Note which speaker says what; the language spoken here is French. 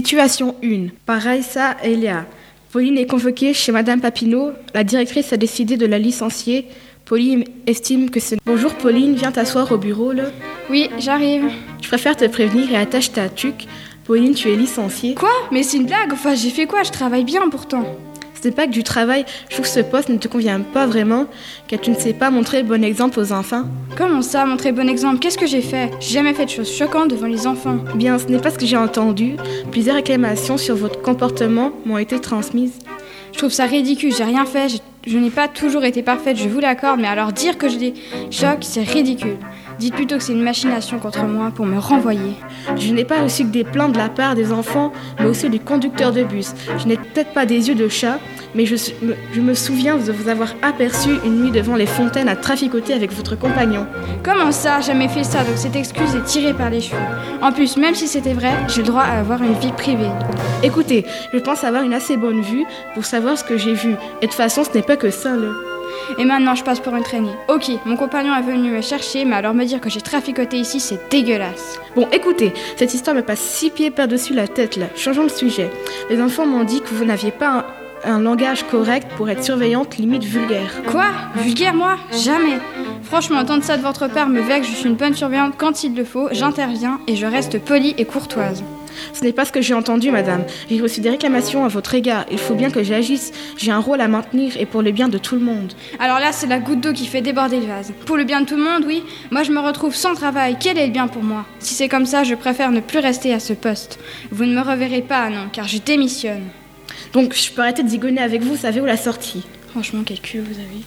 Speaker 1: Situation 1. Par Raissa Elia. Pauline est convoquée chez Madame Papineau. La directrice a décidé de la licencier. Pauline estime que c'est... Bonjour Pauline, viens t'asseoir au bureau là.
Speaker 2: Oui, j'arrive.
Speaker 1: Je préfère te prévenir et attache ta tuque. Pauline, tu es licenciée.
Speaker 2: Quoi Mais c'est une blague. Enfin, j'ai fait quoi Je travaille bien pourtant.
Speaker 1: C'est pas que du travail, je trouve que ce poste ne te convient pas vraiment, car tu ne sais pas montrer bon exemple aux enfants.
Speaker 2: Comment ça, montrer bon exemple Qu'est-ce que j'ai fait J'ai jamais fait de choses choquantes devant les enfants.
Speaker 1: Bien, ce n'est pas ce que j'ai entendu. Plusieurs réclamations sur votre comportement m'ont été transmises.
Speaker 2: Je trouve ça ridicule, j'ai rien fait, je, je n'ai pas toujours été parfaite, je vous l'accorde, mais alors dire que je les choque, c'est ridicule. Dites plutôt que c'est une machination contre moi pour me renvoyer.
Speaker 1: Je n'ai pas reçu que des plaintes de la part des enfants, mais aussi du conducteur de bus. Je n'ai peut-être pas des yeux de chat, mais je, su- me- je me souviens de vous avoir aperçu une nuit devant les fontaines à traficoter avec votre compagnon.
Speaker 2: Comment ça Jamais fait ça, donc cette excuse est tirée par les cheveux. En plus, même si c'était vrai, j'ai le droit à avoir une vie privée.
Speaker 1: Écoutez, je pense avoir une assez bonne vue pour savoir ce que j'ai vu, et de toute façon, ce n'est pas que ça, là.
Speaker 2: Et maintenant, je passe pour une traînée. Ok, mon compagnon est venu me chercher, mais alors me dire que j'ai traficoté ici, c'est dégueulasse.
Speaker 1: Bon, écoutez, cette histoire me passe six pieds par-dessus la tête, là. Changeons le sujet. Les enfants m'ont dit que vous n'aviez pas un, un langage correct pour être surveillante, limite vulgaire.
Speaker 2: Quoi Vulgaire, moi Jamais Franchement, entendre ça de votre part me vexe, je suis une bonne surveillante quand il le faut, j'interviens et je reste polie et courtoise.
Speaker 1: Ce n'est pas ce que j'ai entendu, madame. J'ai reçu des réclamations à votre égard. Il faut bien que j'agisse. J'ai un rôle à maintenir et pour le bien de tout le monde.
Speaker 2: Alors là, c'est la goutte d'eau qui fait déborder le vase. Pour le bien de tout le monde, oui, moi je me retrouve sans travail. Quel est le bien pour moi Si c'est comme ça, je préfère ne plus rester à ce poste. Vous ne me reverrez pas, non, car je démissionne.
Speaker 1: Donc, je peux arrêter de zigonner avec vous, vous savez où la sortie.
Speaker 2: Franchement, quel cul vous avez.